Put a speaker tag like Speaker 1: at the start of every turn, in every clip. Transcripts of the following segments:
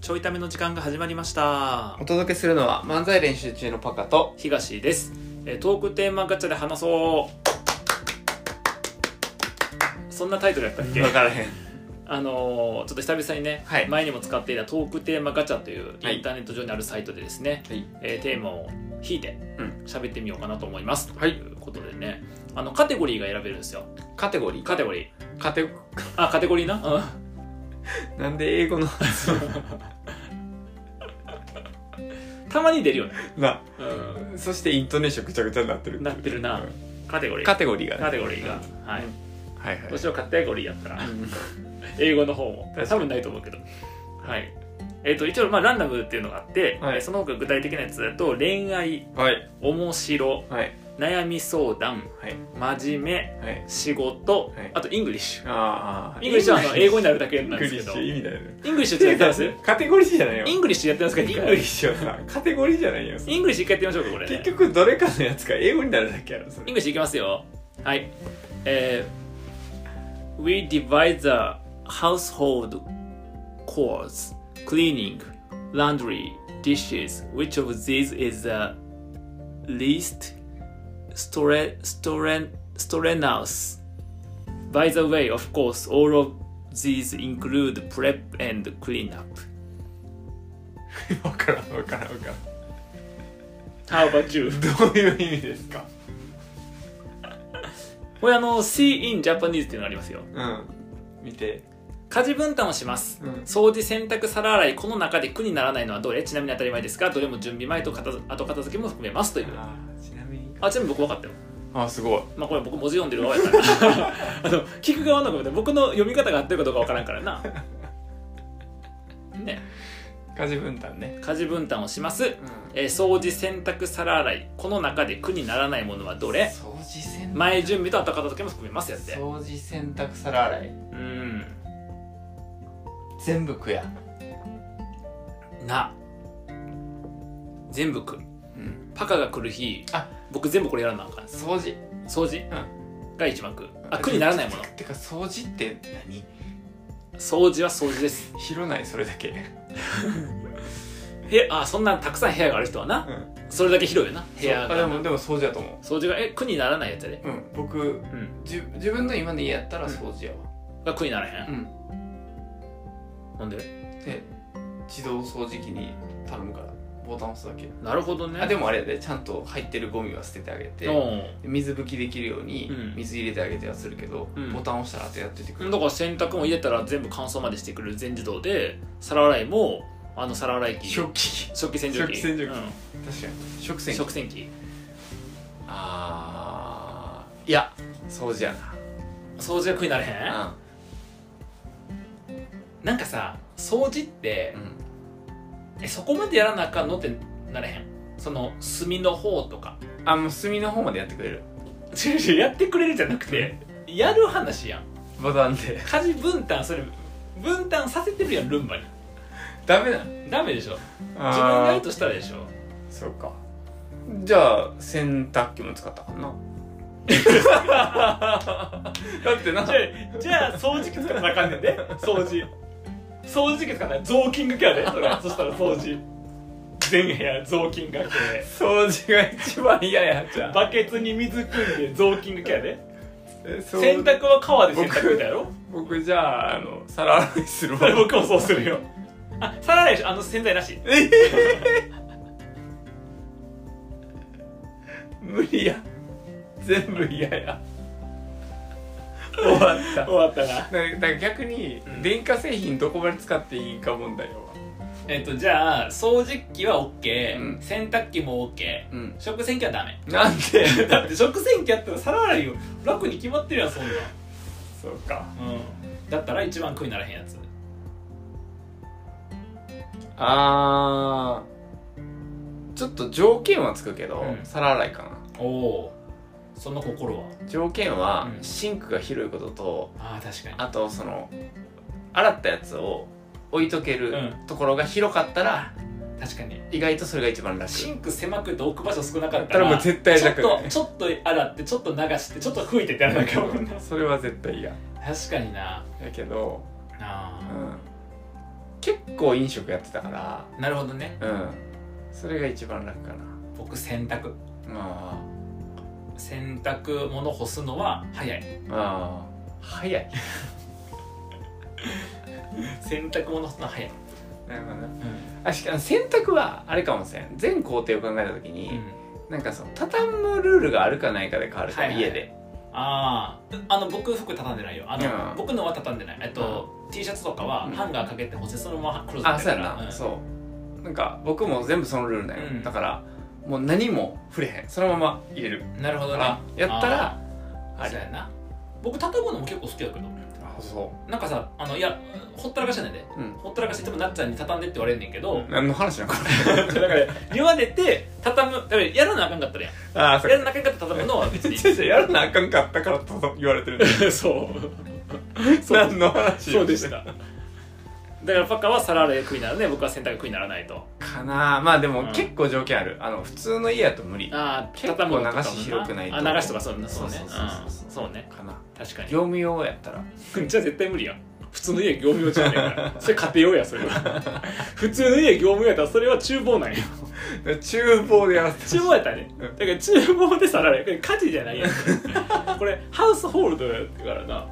Speaker 1: ちょいための時間が始まりました
Speaker 2: お届けするのは漫才練習中のパカと
Speaker 1: 東ですえートークテーマガチャで話そうそんなタイトルやったっけ
Speaker 2: 分からへん
Speaker 1: あのーちょっと久々にね、
Speaker 2: はい
Speaker 1: 前にも使っていたトークテーマガチャという
Speaker 2: はい
Speaker 1: インターネット上にあるサイトでですね、
Speaker 2: はい
Speaker 1: えーテーマを引いて
Speaker 2: うん
Speaker 1: 喋ってみようかなと思います、
Speaker 2: はい
Speaker 1: ということでねあのカテゴリーが選べるんですよ
Speaker 2: カテゴリー
Speaker 1: カテゴリー
Speaker 2: カテゴ
Speaker 1: あカテゴリーなうん
Speaker 2: なんで英語の
Speaker 1: たまに出るよね、
Speaker 2: な
Speaker 1: う
Speaker 2: そしてイントネーションぐちゃぐちゃになってる
Speaker 1: ん、なってるな
Speaker 2: うん
Speaker 1: カテゴリー
Speaker 2: カテゴリーがね
Speaker 1: カテゴリーが、はい、
Speaker 2: はいはい
Speaker 1: どうしようカテゴリーやったら
Speaker 2: うん
Speaker 1: 英語の方も
Speaker 2: 確かに
Speaker 1: 多分ないと思うけどはいえっ、と一応まあランダムっていうのがあって、
Speaker 2: はい
Speaker 1: えーその他具体的なやつだと恋愛
Speaker 2: はい
Speaker 1: 面白
Speaker 2: はい
Speaker 1: 悩み相談
Speaker 2: はい
Speaker 1: 真面目
Speaker 2: はい
Speaker 1: 仕事、
Speaker 2: はい
Speaker 1: あとイングリッシュ
Speaker 2: ああ
Speaker 1: イングリッシュはあの英語にな
Speaker 2: る
Speaker 1: るだけなんですけど
Speaker 2: イ
Speaker 1: イ
Speaker 2: ングリッシュ意味だよね
Speaker 1: ングリッシュってやってます
Speaker 2: カテゴリーじゃないよ
Speaker 1: イングリッシュやってますか
Speaker 2: イ
Speaker 1: 一
Speaker 2: ングリッ
Speaker 1: 回
Speaker 2: シュはさカテゴリーじゃないよ
Speaker 1: イングリッシュ一回やってみましょうかこれ、ね、
Speaker 2: 結局どれかのやつが英語になるだけやろそ
Speaker 1: イ ン
Speaker 2: れ
Speaker 1: グリッシュいきますよはいえー We divide the household chores cleaning laundry dishes which of these is the least stre- stre- strenuous by the way of course all of these include prep and cleanup
Speaker 2: 分からん分からん分からん
Speaker 1: how about you
Speaker 2: どういう意味ですか
Speaker 1: これあの see in Japanese っていうのがありますよ
Speaker 2: うん見て
Speaker 1: 家事分担をします、
Speaker 2: うん
Speaker 1: 掃除洗濯皿洗いこの中で苦にならないのはどれちなみに当たり前ですがどれも準備前と片づ後片付けも含めますという
Speaker 2: あーちなみに
Speaker 1: あちなみに僕分かったよ
Speaker 2: あすごい
Speaker 1: まあこれ僕文字読んでる側やから あの聞く側の方で僕の読み方が合ってるかどうか分からんから なね
Speaker 2: 家事分担ね
Speaker 1: 家事分担をします、
Speaker 2: う
Speaker 1: えー掃除洗濯皿洗いこの中で苦にならないものはどれ
Speaker 2: 掃除洗濯
Speaker 1: 前準備と後片付けも含めますやって
Speaker 2: 掃除洗濯皿洗い
Speaker 1: うん
Speaker 2: 全部区や
Speaker 1: な全部く
Speaker 2: うん
Speaker 1: パカが来る日
Speaker 2: あ
Speaker 1: 僕全部これやらなあかん
Speaker 2: 掃除
Speaker 1: 掃除、が一番食うあ苦にならないもの
Speaker 2: てか掃除って何
Speaker 1: 掃除は掃除です
Speaker 2: 拾ないそれだけ
Speaker 1: へあそんなたくさん部屋がある人はな
Speaker 2: うん
Speaker 1: それだけ広いよな部屋
Speaker 2: そうあ
Speaker 1: が
Speaker 2: でもでも掃除だと思
Speaker 1: 掃除がえ苦にならないやつやで
Speaker 2: ううん僕
Speaker 1: うん
Speaker 2: じゅ自分の今の家やったら掃除やわ
Speaker 1: が苦にならへ、
Speaker 2: うんん
Speaker 1: なんで
Speaker 2: で自動掃除機に頼むからボタン押すだけ
Speaker 1: なるほどね
Speaker 2: あで
Speaker 1: も
Speaker 2: もあれやでちゃんと入ってるゴミは捨ててあげて
Speaker 1: う
Speaker 2: で水拭きできるように
Speaker 1: うん
Speaker 2: 水入れてあげてはするけど、
Speaker 1: うん
Speaker 2: ボタン押したらってやっててくれ
Speaker 1: ん
Speaker 2: る、
Speaker 1: だから洗濯も入れたら全部乾燥までしてくれる全自動で皿洗いもあの皿洗い機
Speaker 2: 食器
Speaker 1: 食器洗浄機
Speaker 2: 食器洗浄機
Speaker 1: うん
Speaker 2: 確かに食洗機
Speaker 1: 食洗機
Speaker 2: あーいや掃除や
Speaker 1: 掃除は苦になれへん
Speaker 2: な
Speaker 1: なんかさ掃除って、
Speaker 2: うん、
Speaker 1: えそこまでやらなあかんのってなれへんその炭の方とか
Speaker 2: あもう隅の方までやってくれる
Speaker 1: 違う違うやってくれるじゃなくてやる話やん
Speaker 2: ボタンで
Speaker 1: 家事分担それ分担させてるやんルンバに
Speaker 2: ダメなの
Speaker 1: ダメでしょ自分がや
Speaker 2: あ
Speaker 1: る
Speaker 2: ー
Speaker 1: としたらでしょ
Speaker 2: そうかじゃあ洗濯機も使ったかな だってな
Speaker 1: じゃあじゃあ掃除機使ったらあかんねんで掃除掃除機使ったら雑巾がけやでそれそしたら掃除全部屋雑巾がけ
Speaker 2: 掃除が一番嫌やじゃあ
Speaker 1: バケツに水汲んで雑巾がけやで
Speaker 2: えそう
Speaker 1: 洗濯は川で洗濯みたいやろ
Speaker 2: 僕じゃああの皿洗いする
Speaker 1: そ
Speaker 2: わ
Speaker 1: れ僕もそうするよあ皿洗いでしょあの洗剤なし
Speaker 2: え無理や全部嫌や終わった
Speaker 1: 終わったな
Speaker 2: だだから逆に、
Speaker 1: うん
Speaker 2: 電化製品どこまで使っていいか問題よ
Speaker 1: えっとじゃあ掃除機は OK、
Speaker 2: うん
Speaker 1: 洗濯機も OK
Speaker 2: うん
Speaker 1: 食洗機はダメ
Speaker 2: なんで
Speaker 1: だって食洗機やったら皿洗いよ楽に決まってるやんそんなん
Speaker 2: そうか
Speaker 1: うんだったら一番苦にならへんやつ
Speaker 2: あーちょっと条件はつくけど、
Speaker 1: うん
Speaker 2: 皿洗いか
Speaker 1: おおその心は
Speaker 2: な条件は、
Speaker 1: うん
Speaker 2: シンクが広いことと
Speaker 1: ああ確かに
Speaker 2: あとその洗ったやつを置いとける
Speaker 1: う
Speaker 2: ところが広かったら、
Speaker 1: 確かに
Speaker 2: 意外とそれが一番楽
Speaker 1: シンク狭くて置く場所少なかった
Speaker 2: たら
Speaker 1: ら
Speaker 2: もう絶対
Speaker 1: ちょっ
Speaker 2: 楽だ
Speaker 1: と
Speaker 2: ね
Speaker 1: ちょっと洗ってちょっと流してちょっと吹いてってやらなきゃもんな
Speaker 2: それは絶対嫌
Speaker 1: 確かにな
Speaker 2: やけど、
Speaker 1: あ
Speaker 2: う
Speaker 1: ー
Speaker 2: ん、結構飲食やってたから
Speaker 1: なるほどね
Speaker 2: うんそれが一番楽かな
Speaker 1: 僕洗濯
Speaker 2: あ
Speaker 1: 洗濯物干すのは早い
Speaker 2: あああ早い
Speaker 1: 洗濯物干すのは早い、
Speaker 2: なるほどね
Speaker 1: う
Speaker 2: あしかも洗濯はあれかもしれん全工程を考えた時に、
Speaker 1: ん
Speaker 2: なんかその畳むルールがあるかないかで変わるから、
Speaker 1: はいはい
Speaker 2: 家で
Speaker 1: あああの僕服畳んでないよあの、
Speaker 2: うん
Speaker 1: 僕のは畳んでないえっと、T シャツとかは
Speaker 2: うん
Speaker 1: ハンガーかけて干せそのままクローゼッ
Speaker 2: あ
Speaker 1: ト
Speaker 2: そうや
Speaker 1: か
Speaker 2: な、
Speaker 1: ら
Speaker 2: そうなんか僕も全部そのルールだよ、
Speaker 1: うん
Speaker 2: だからもう何も触れへんそのまま入れる
Speaker 1: うんなるほどね
Speaker 2: あやったら
Speaker 1: あー
Speaker 2: あれ
Speaker 1: そうやな僕畳むのも結構好きだけど
Speaker 2: あそ
Speaker 1: なんかさあのいやほったらかしじゃないで
Speaker 2: ううん
Speaker 1: ほったらかしいつもなっちゃんに畳んでって言われんねんけど、
Speaker 2: 何の話なのこ
Speaker 1: だから言われて畳むだからやらなあかんかったらやん
Speaker 2: れああそ
Speaker 1: や
Speaker 2: れ
Speaker 1: らなあかんかったら畳むのは別 に
Speaker 2: 先生やらなあかんかったからと言われてるん だ
Speaker 1: そう
Speaker 2: 何の話
Speaker 1: そうでしただからパカは皿洗いが食いならね僕は洗濯食いならないと
Speaker 2: かなあまあでも、
Speaker 1: うん
Speaker 2: 結構条件あるあの普通の家やと無理か
Speaker 1: ああ
Speaker 2: 結構
Speaker 1: 畳むのとかも
Speaker 2: 流し広くないと
Speaker 1: あ流しとかそうねそうね
Speaker 2: そうそうそうそう
Speaker 1: うんそうね
Speaker 2: な
Speaker 1: 確かに
Speaker 2: 業務用やったら
Speaker 1: じゃあ絶対無理やん普通の家は業務用じゃねえからそれ家庭用やそれは 普通の家業務用やったらそれは厨房なんや
Speaker 2: 厨房でやらせてほしい
Speaker 1: 厨房やったらね
Speaker 2: うん
Speaker 1: だから厨房で皿洗いこれ家事じゃない やんこれハウスホールドやからな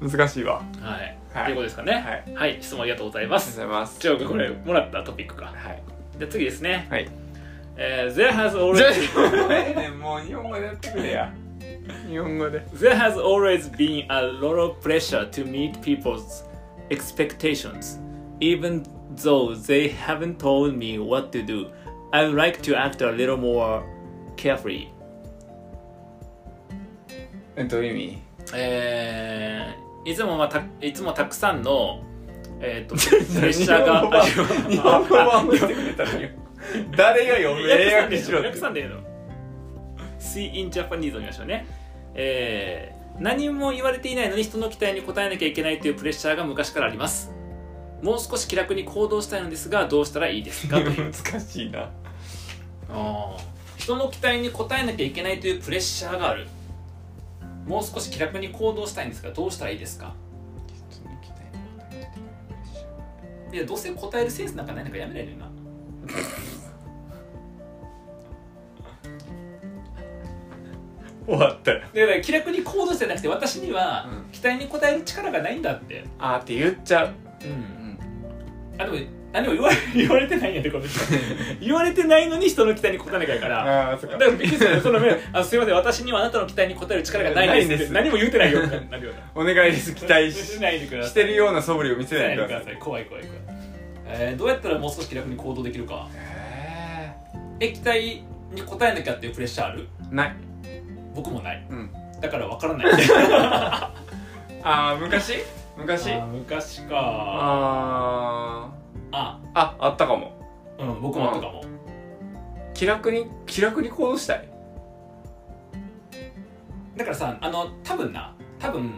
Speaker 2: 難しいわ
Speaker 1: はい、
Speaker 2: はい
Speaker 1: ということですかね
Speaker 2: は
Speaker 1: はい、質問ありがとうございま
Speaker 2: ありがとうご
Speaker 1: す
Speaker 2: ざいます
Speaker 3: じ
Speaker 1: じゃあこれもらったトピックか
Speaker 2: はい
Speaker 3: じゃあ次ですね。
Speaker 2: はい
Speaker 3: えー there, has
Speaker 2: じゃ
Speaker 3: always,
Speaker 2: あええ ねんもう日本語でやってくれや日本語で
Speaker 3: there has always been a lot of pressure to meet people's expectations. Even though they haven't told me what to do, I would like to act a little more carefully.
Speaker 2: えどういう意味
Speaker 3: えーいつもまあたいつもたくさんの、えー、 とプレッシャーがあ
Speaker 2: 日本語版をしてくれたのよ誰が読む英訳しろ
Speaker 3: 訳さんでいいの See in Japanese を見ましょうね、えー何も言われていないのに人の期待に応えなきゃいけないというプレッシャーが昔からありますもう少し気楽に行動したいのですがどうしたらいい ですかという
Speaker 2: 難しいな
Speaker 3: あ
Speaker 1: 人の期待に応えなきゃいけないというプレッシャーがあるもう少し気楽に行動したいんですがどうしたらいいですかいやどうせ答えるセンスなんかないなんかやめないのよな
Speaker 2: 終わったよ
Speaker 1: だから気楽に行動してなくて私には
Speaker 2: うん
Speaker 1: 期待に応える力がないんだって
Speaker 2: あーって言っちゃう
Speaker 1: うんあでも何も言われ 言われてないんやでこの人言われてないのに人の期待に応えなきゃいけないから
Speaker 2: ああそっ
Speaker 1: だからびっくりするよその目あすいません私にはあなたの期待に応える力がないんですって
Speaker 2: ない
Speaker 1: 何も言うてないよみたいになるような
Speaker 2: お願いです期待し
Speaker 1: しないでください
Speaker 2: してるような素振りを見せ
Speaker 1: し
Speaker 2: な
Speaker 1: ないい
Speaker 2: で
Speaker 1: で
Speaker 2: く
Speaker 1: く
Speaker 2: だ
Speaker 1: だ
Speaker 2: さ
Speaker 1: さ
Speaker 2: い
Speaker 1: い怖い怖い怖い、えーどうやったらもう少し気楽に行動できるか
Speaker 2: え
Speaker 1: え期待に応えなきゃっていうプレッシャーある
Speaker 2: ーない
Speaker 1: 僕もない
Speaker 2: うん
Speaker 1: だから分からない
Speaker 2: ああ昔 昔
Speaker 1: あ昔か
Speaker 2: あ
Speaker 1: あ
Speaker 2: ーああったかも
Speaker 1: うん僕もあったかも
Speaker 2: 気楽に気楽に行動したい
Speaker 1: だからさあの多分な多分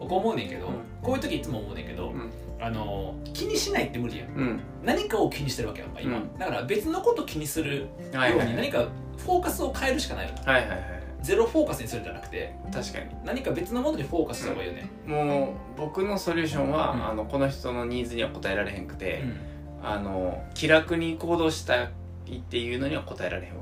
Speaker 1: 僕思うねんけど、
Speaker 2: うん
Speaker 1: こういう時いつも思うねんけど、
Speaker 2: ん
Speaker 1: あの気にしないって無理やん
Speaker 2: うん
Speaker 1: 何かを気にしてるわけやんか今、
Speaker 2: うん
Speaker 1: だから別のこと気にするよ
Speaker 2: は
Speaker 1: う
Speaker 2: いはい
Speaker 1: に何かフォーカスを変えるしかないよな
Speaker 2: はいはいはい
Speaker 1: ゼロフォーカスにするんじゃなくて
Speaker 2: 確かに
Speaker 1: 何か別のものにフォーカスした方がいいよね、
Speaker 2: もう僕のソリューションは、
Speaker 1: うん
Speaker 2: あのこの人のニーズには応えられへん
Speaker 1: う
Speaker 2: くて、
Speaker 1: ん
Speaker 2: あの気楽に行動したいっていうのには応えられへんわ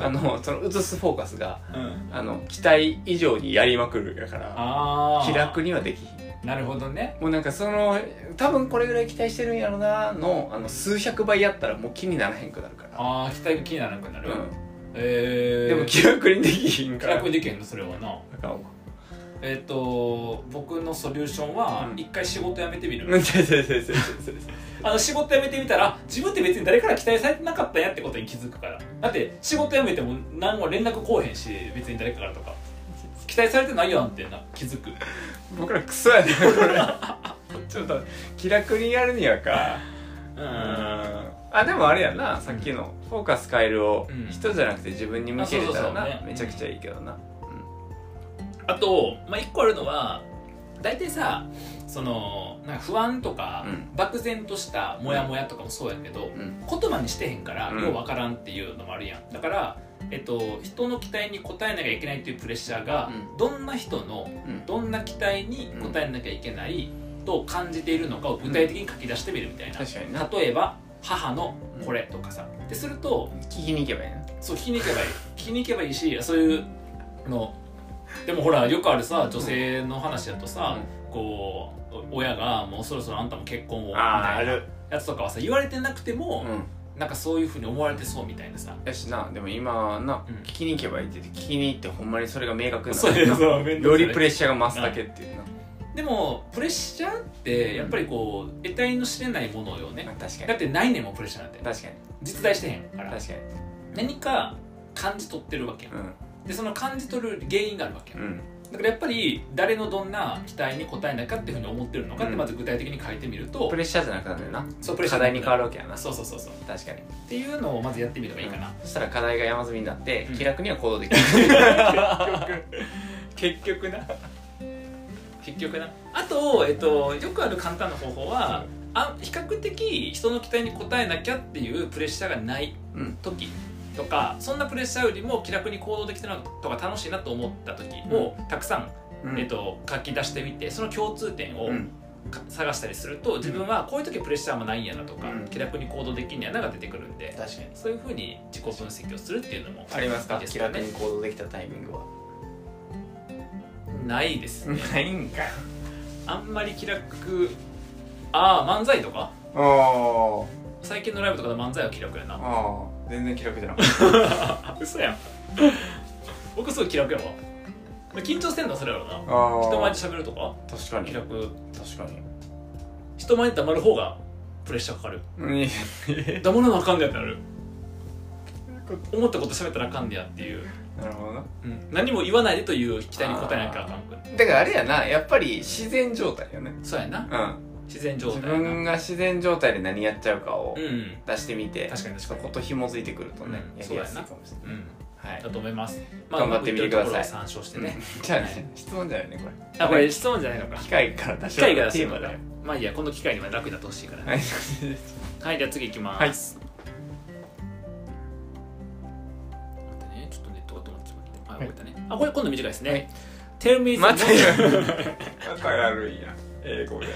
Speaker 2: あのその移すフォーカスが
Speaker 1: うん、
Speaker 2: あの期待以上にやりまくるやから
Speaker 1: ああ
Speaker 2: 気楽にはできひん
Speaker 1: なるほどね
Speaker 2: もうなんかその多分これぐらい期待してるんやろなのあの数百倍やったらもう気にならへんくなるから、
Speaker 1: ああ期待が気にならなくなる、
Speaker 2: うん、
Speaker 1: えー、
Speaker 2: でも気楽にできひん
Speaker 1: 気
Speaker 2: から
Speaker 1: 楽にできへんのそれはな
Speaker 2: あかんわ
Speaker 1: えっ、と僕のソリューションは
Speaker 2: うん
Speaker 1: 一回仕事辞めてみる、
Speaker 2: うんそうそうそうそうそう
Speaker 1: あの仕事辞めてみたら自分って別に誰から期待されてなかったんやってことに気づくからだって仕事辞めても何も連絡こうへんし別に誰かからとか期待されてないやんってな気づく
Speaker 2: 僕らクソやねこ れちょっと気楽にやるにはか
Speaker 1: う
Speaker 2: うんあでもあれやなさっきの「フォーカス変える」を
Speaker 1: うん
Speaker 2: 人じゃなくて自分に向けれたら
Speaker 1: あそうそう
Speaker 2: な
Speaker 1: そうね
Speaker 2: めちゃくちゃいいけどな
Speaker 1: あと、まあ、一個あるのは大体さそのなんか不安とか、
Speaker 2: うん
Speaker 1: 漠然としたモヤモヤとかもそうやけど、
Speaker 2: ん
Speaker 1: 言葉にしてへんから、
Speaker 2: うん
Speaker 1: ようわからんっていうのもあるやんだから、えっと、人の期待に応えなきゃいけないっていうプレッシャーが、
Speaker 2: う
Speaker 1: どんな人の
Speaker 2: うん
Speaker 1: どんな期待に応えなきゃいけない、どう感じているのかを具体的に書き出してみるみたいな、
Speaker 2: 確かにな
Speaker 1: 例えば母のこれとかさ、ってすると
Speaker 2: 聞きに行けばいいな
Speaker 1: そう聞きに行けばいい聞きに行けばいいしそういうのでもほらよくあるさ女性の話だとさ、こうお親がもうそろそろあんたも結婚をみた
Speaker 2: あーあ
Speaker 1: いな
Speaker 2: る
Speaker 1: やつとかはさ言われてなくても、
Speaker 2: う
Speaker 1: なんかそういうふうに思われてそうみたいなさ
Speaker 2: んやしなでも今はな、
Speaker 1: うん
Speaker 2: 聞きに行けばいいって言って聞きに行ってほんまにそれが明確に
Speaker 1: そ
Speaker 2: な
Speaker 1: う
Speaker 2: る
Speaker 1: いう
Speaker 2: な
Speaker 1: そう面倒くさ
Speaker 2: よ
Speaker 1: い
Speaker 2: りプレッシャーが増すだけっていうな、
Speaker 1: でもプレッシャーってやっぱりこう得体の知れないものよね
Speaker 2: まあ確か
Speaker 1: だっ
Speaker 2: に
Speaker 1: てないねんもんプレッシャーなんて
Speaker 2: 確かに
Speaker 1: 実在してへんから
Speaker 2: 確かに
Speaker 1: 何か感じ取ってるわけでその感じ取る原因があるわけ
Speaker 2: うんうん
Speaker 1: だからやっぱり誰のどんな期待に応えなきゃっていうふうに思ってるのかって
Speaker 2: うん
Speaker 1: まず具体的に書いてみると
Speaker 2: プレッシャーじゃなくなるんだよな
Speaker 1: そうプレッシャ
Speaker 2: 課
Speaker 1: ーが
Speaker 2: 題に変わるわけやな
Speaker 1: そうそうそうそうっ
Speaker 2: 確かに
Speaker 1: ていうのをまずやってみればいいかな
Speaker 2: そしたら課題が山積みになって、
Speaker 1: うん
Speaker 2: 気楽には行動できる
Speaker 1: 結局な結局なあと、えっと、よくある簡単な方法はあ比較的人の期待に応えなきゃっていうプレッシャーがない
Speaker 2: うん
Speaker 1: 時とかそんなプレッシャーよりも気楽に行動できたなとか楽しいなと思った時をたくさん、
Speaker 2: うん
Speaker 1: えっと、書き出してみてその共通点を
Speaker 2: うん
Speaker 1: か探したりすると自分はこういう時プレッシャーもないんやなとか
Speaker 2: うん
Speaker 1: 気楽に行動できんやなが出てくるんで
Speaker 2: 確かに
Speaker 1: そういうふうに自己分析をするっていうのも
Speaker 2: ありますか
Speaker 1: いいです
Speaker 2: 気
Speaker 1: か
Speaker 2: 楽
Speaker 1: ね
Speaker 2: に行動できたタイミングは
Speaker 1: ないですね
Speaker 2: ないんか
Speaker 1: あんまり気楽ああ漫才とか
Speaker 2: あー
Speaker 1: 最近のライブとかで漫才は気楽やな
Speaker 2: あー全然気楽じゃなかっ
Speaker 1: あ嘘 やん僕すごい気楽やわ緊張してんのそれやろな
Speaker 2: たあ
Speaker 1: 人前
Speaker 2: ー
Speaker 1: で喋るとか
Speaker 2: 確かに
Speaker 1: 気
Speaker 2: 確
Speaker 1: 楽
Speaker 2: かに
Speaker 1: 人前で黙る方がプレッシャーかかる
Speaker 2: うん
Speaker 1: 黙らなあかんねやってなる思ったこと喋ったらあかんねやっていう、
Speaker 2: なるほどな
Speaker 1: うん何も言わないでという期待に応えなきゃあかんくん
Speaker 2: だからあれやなやっぱり自然状態よね
Speaker 1: そうやな
Speaker 2: うん
Speaker 1: 自然状
Speaker 2: 自
Speaker 1: 態やな
Speaker 2: 分が自然状態で何やっちゃうかを
Speaker 1: うん
Speaker 2: 出してみて、
Speaker 1: 確かに確か
Speaker 2: そ
Speaker 1: に
Speaker 2: こと紐づいてくるとね、
Speaker 1: うん
Speaker 2: やりやすいかもしれない、
Speaker 1: うん
Speaker 2: はい
Speaker 1: だと思います、
Speaker 2: 頑張ってみてくださいう
Speaker 1: まくいってるところを参照してね、
Speaker 2: じゃあね質問だよねこれ
Speaker 1: あこれ質問じゃないのか
Speaker 2: 機械から出し
Speaker 1: 機
Speaker 2: た
Speaker 1: 械が出
Speaker 2: テ
Speaker 1: せ
Speaker 2: ー
Speaker 1: ば
Speaker 2: マ
Speaker 1: だ
Speaker 2: だ
Speaker 1: よ
Speaker 2: よ
Speaker 1: まあいいやこの機械には楽になってほしいからね
Speaker 2: はい
Speaker 1: はいじゃあ次いきます待ってねちょっとネットが止まっちまってあ動いたねあこれ今度短いですね、Tell me the
Speaker 2: またや
Speaker 1: most,
Speaker 2: またやるんや英語で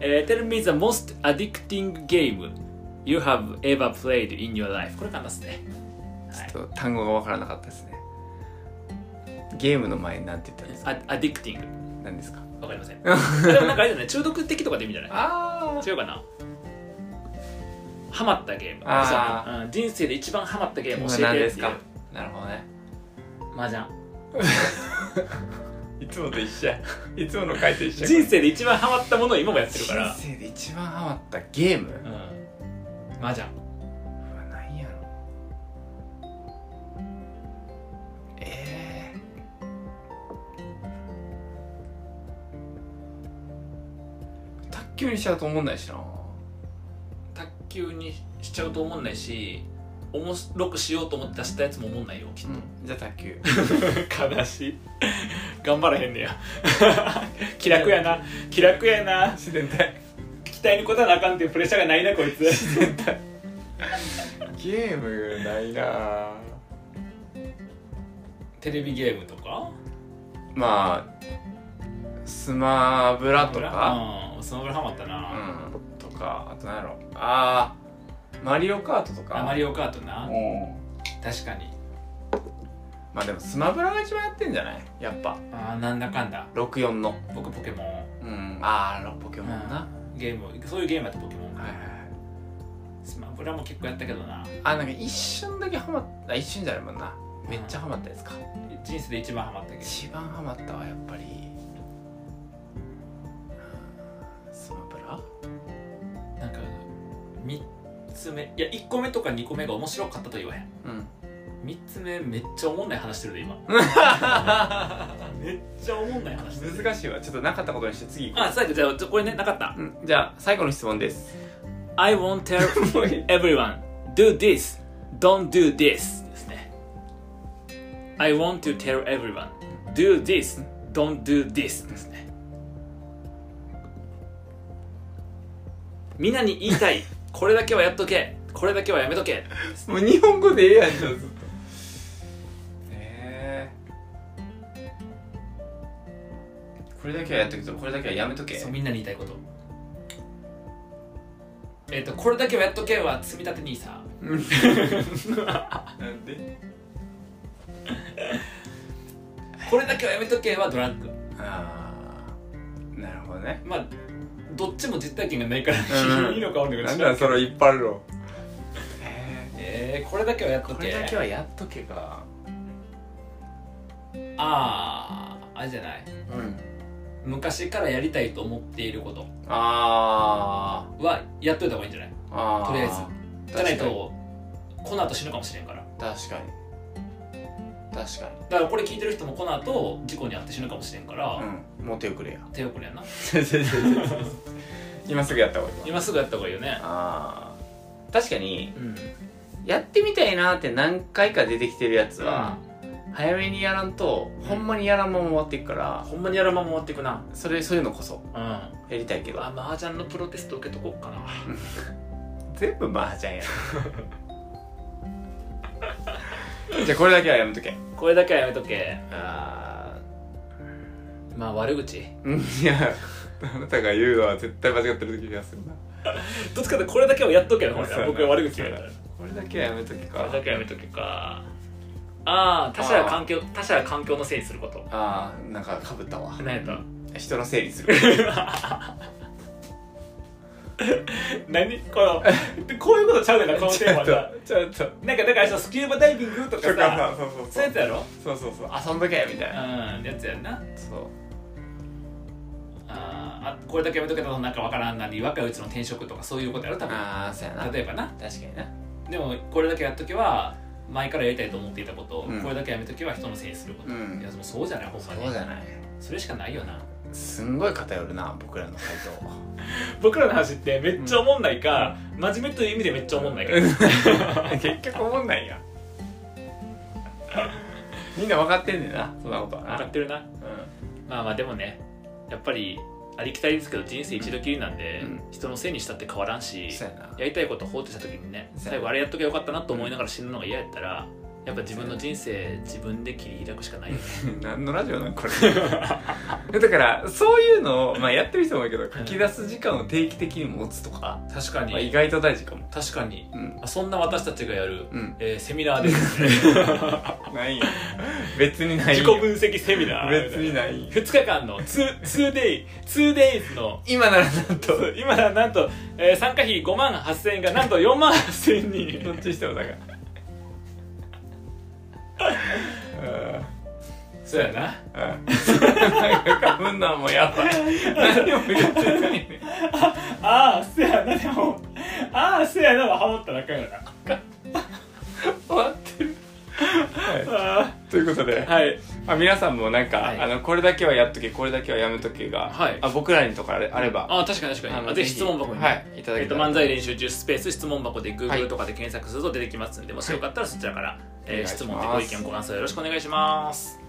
Speaker 1: えー Tell me the most addicting game you have ever played in your life これ簡単ですねはい
Speaker 2: ちょっと単語が分からなかったですねゲームの前になんて言ったんですか
Speaker 1: あアディクティング
Speaker 2: 何ですか
Speaker 1: わかりませんでもなんかあれじゃない中毒的とかで意味じゃない
Speaker 2: あ
Speaker 1: 違うかなハマったゲーム
Speaker 2: あー
Speaker 1: そううん人生で一番ハマったゲーム教えて
Speaker 2: 何
Speaker 1: って
Speaker 2: ですかなるほどね
Speaker 1: マジャン
Speaker 2: いつもと一緒やいつもの回と一
Speaker 1: 人生で一番ハマったものを今もやってるから
Speaker 2: 人生で一番ハマったゲーム、う
Speaker 1: うんマジャン
Speaker 2: わ何やろえー卓球にしちゃうと思んないしな
Speaker 1: 卓球にしちゃうと思んないし面白くしようと思って出したやつも思んないよきっ
Speaker 2: じゃあ卓球
Speaker 1: と悲しい 頑張らへんね や気楽やな気楽やな
Speaker 2: 自然体
Speaker 1: 期待に応えなあかんっていうプレッシャーがないなこいつ
Speaker 2: ゲームないな
Speaker 1: テレビゲームとか
Speaker 2: まあスマブラとか
Speaker 1: うんスマブラハマった
Speaker 2: う
Speaker 1: な、
Speaker 2: んとかあと何やろあーマリオカートとか
Speaker 1: あマリオカートな
Speaker 2: うん
Speaker 1: 確かに
Speaker 2: まあでもスマブラが一番やってんじゃないやっぱ
Speaker 1: あーなんだかんだ
Speaker 2: 64の
Speaker 1: 僕ポケモン
Speaker 2: うんああポケモンな、
Speaker 1: ゲームそういうゲームやったポケモン、
Speaker 2: はいはいはい
Speaker 1: スマブラも結構やったけどな
Speaker 2: あなんか一瞬だけハマったあ一瞬じゃないもんなめっちゃハマったやつか、
Speaker 1: 人生で一番ハマったゲー
Speaker 2: 一番ハマったはやっぱりうんスマブラ
Speaker 1: ムなんか3つ目いや1個目とか2個目が面白かったと言わへん
Speaker 2: うん
Speaker 1: 3つ目めっちゃおもんない話してるで 今めっちゃおもんない話してる
Speaker 2: 難しいわちょっとなかったことにして次行こ
Speaker 1: あ最後じゃあちょこれねなかった
Speaker 2: う、うん、じゃあ最後の質問です
Speaker 1: I won't tell
Speaker 2: もういい
Speaker 1: everyone do this don't do this ですね I want to tell everyone do this don't do this ですねみんなに言いたいこれだけはやっとけこれだけはやめとけ
Speaker 2: もう日本語でええやんじゃ んずっとええここれだけはやっとくとこれだけはやめとけ
Speaker 1: そうみんなに言いたいことえっ、とこれだけはやっとけは積み立て兄さん
Speaker 2: なんで
Speaker 1: これだけはやめとけはドラッグ
Speaker 2: ああなるほどね
Speaker 1: まあどっちも実体験がないから
Speaker 2: うん
Speaker 1: いいのか悪いのか
Speaker 2: な
Speaker 1: 知
Speaker 2: ん
Speaker 1: ら
Speaker 2: だ
Speaker 1: ん
Speaker 2: それ引っ張るのえ
Speaker 1: えー、これだけはやっと
Speaker 2: ー
Speaker 1: け
Speaker 2: これだけはやっとけが
Speaker 1: あああれじゃない
Speaker 2: うん
Speaker 1: 昔からやりたいと思っていること
Speaker 2: あ
Speaker 1: はやっといた方がいいんじゃない
Speaker 2: ーあー
Speaker 1: とりあえずじゃない
Speaker 2: 確かに
Speaker 1: とこの後死ぬかもしれんから
Speaker 2: 確かに確か
Speaker 1: だからこれ聞いてる人もこの後事故に遭って死ぬかもしれんから、
Speaker 2: にうんもう手遅れや
Speaker 1: 手遅れやな
Speaker 2: 今すぐやった方がいいわ
Speaker 1: 今すぐやった方がいいよね
Speaker 2: あー確かに
Speaker 1: うん
Speaker 2: やってみたいなって何回か出てきてるやつは、早めにやらんと、
Speaker 1: うん
Speaker 2: ほんまにやらんまま終わっていくから
Speaker 3: ほんまにやらまも終わっていくな
Speaker 2: それそういうのこそ
Speaker 1: うんあ
Speaker 2: やりたいけど
Speaker 1: 麻雀のプロテスト受けとこうかな
Speaker 2: 全部マージャンやな じゃあこれだけはやめとけ
Speaker 1: これだけはやめとけ
Speaker 2: あ
Speaker 1: まあ悪口
Speaker 2: いやあなたが言うのは絶対間違ってる気がするな
Speaker 1: どっちかってこれだけはやっとけよほ
Speaker 2: そうや
Speaker 1: ら
Speaker 2: な
Speaker 1: 僕は悪口やから
Speaker 2: これだけはやめとけ
Speaker 1: こ
Speaker 2: か
Speaker 1: れだけはやめとけかああ他者は環境他者は環境のせいにすること
Speaker 2: ああなんかかぶったわ
Speaker 1: 何やった
Speaker 2: 人のせい にする
Speaker 1: 何このこういうことちゃうやなこのテーマが
Speaker 2: ちょっと
Speaker 1: なんかだからさスキューバダイビングとか
Speaker 2: そう
Speaker 1: さ
Speaker 2: そうそう
Speaker 1: そういうやつやろ
Speaker 2: そうそうそう遊んどけみたいな
Speaker 1: うんやつやんな
Speaker 2: そう
Speaker 1: あーあこれだけやめとけたのなんかわからんなに若いうちの転職とかそういうことやろ多分
Speaker 2: ああそうやな
Speaker 1: 例えばな
Speaker 2: 確かにな
Speaker 1: でもこれだけやっとけは前からやりたいと思っていたこと、
Speaker 2: うん
Speaker 1: これだけやめとけは人のせいにすること、
Speaker 2: うん
Speaker 1: いやでもそうじゃないほんま
Speaker 2: そう
Speaker 1: に
Speaker 2: じゃない
Speaker 1: それしかないよな
Speaker 2: すんごい偏るな僕らの回
Speaker 1: 僕らの話ってめっちゃおもんないか、真面目という意味でめっちゃおもんないから、
Speaker 2: 答結局思んないやみんな分かってんねんなそんなことはな
Speaker 3: 分かってるなまあまあでもねやっぱりありきたりですけど人生一度きりなんで、
Speaker 2: うん
Speaker 3: 人のせいにしたって変わらんし、
Speaker 2: うんそうやな
Speaker 3: やりたいことを放置した時にね
Speaker 2: そうや
Speaker 3: 最後あれやっときゃよかったなと思いながら死ぬのが嫌やったらやっぱ自分の人生自分で切り開くしかないよね
Speaker 2: 何のラジオなんこ れ だからそういうのを、まあ、やってる人も多いけど書き出す時間を定期的に持つとか、
Speaker 1: 確かに、
Speaker 2: まあ、意外と大事かも
Speaker 1: 確かに
Speaker 2: うん
Speaker 1: あそんな私たちがやる、
Speaker 2: うん
Speaker 1: えーセミナー です、
Speaker 2: な いよ別にない
Speaker 1: 自己
Speaker 2: よ
Speaker 1: 分析セミナー
Speaker 2: 別にないよ
Speaker 1: 2日間の 2day2days の
Speaker 2: 今ならなんと
Speaker 1: そう今ならなんと、えー参加費5万8000円がなんと4万8000人
Speaker 2: どっちにしてもだから
Speaker 1: そうやな
Speaker 2: うん なんかぶんのはもうやばい何も言ってないね
Speaker 1: ああそうやなでもああそうやなはハマったらあかんよな
Speaker 2: 終わってる、は
Speaker 1: あ
Speaker 2: い、ということで、
Speaker 1: ーはい
Speaker 2: あ皆さんもなんか、
Speaker 3: はい
Speaker 2: あのこれだけはやっとけこれだけはやめとけが、
Speaker 3: はい
Speaker 2: あ僕らにとかあれあれば
Speaker 3: あ確かに確か
Speaker 2: あ
Speaker 3: に
Speaker 2: の
Speaker 3: あぜひ質問箱に、
Speaker 2: はいいただ
Speaker 3: え
Speaker 2: け
Speaker 3: っと
Speaker 2: たら
Speaker 3: 漫才練習中スペース質問箱で
Speaker 2: はい
Speaker 3: Google とかで検索すると出てきますんで、もしよかったらそちらから、
Speaker 2: お願
Speaker 3: えー
Speaker 2: いします
Speaker 3: 質問でご意見ご感想よろしくお願いします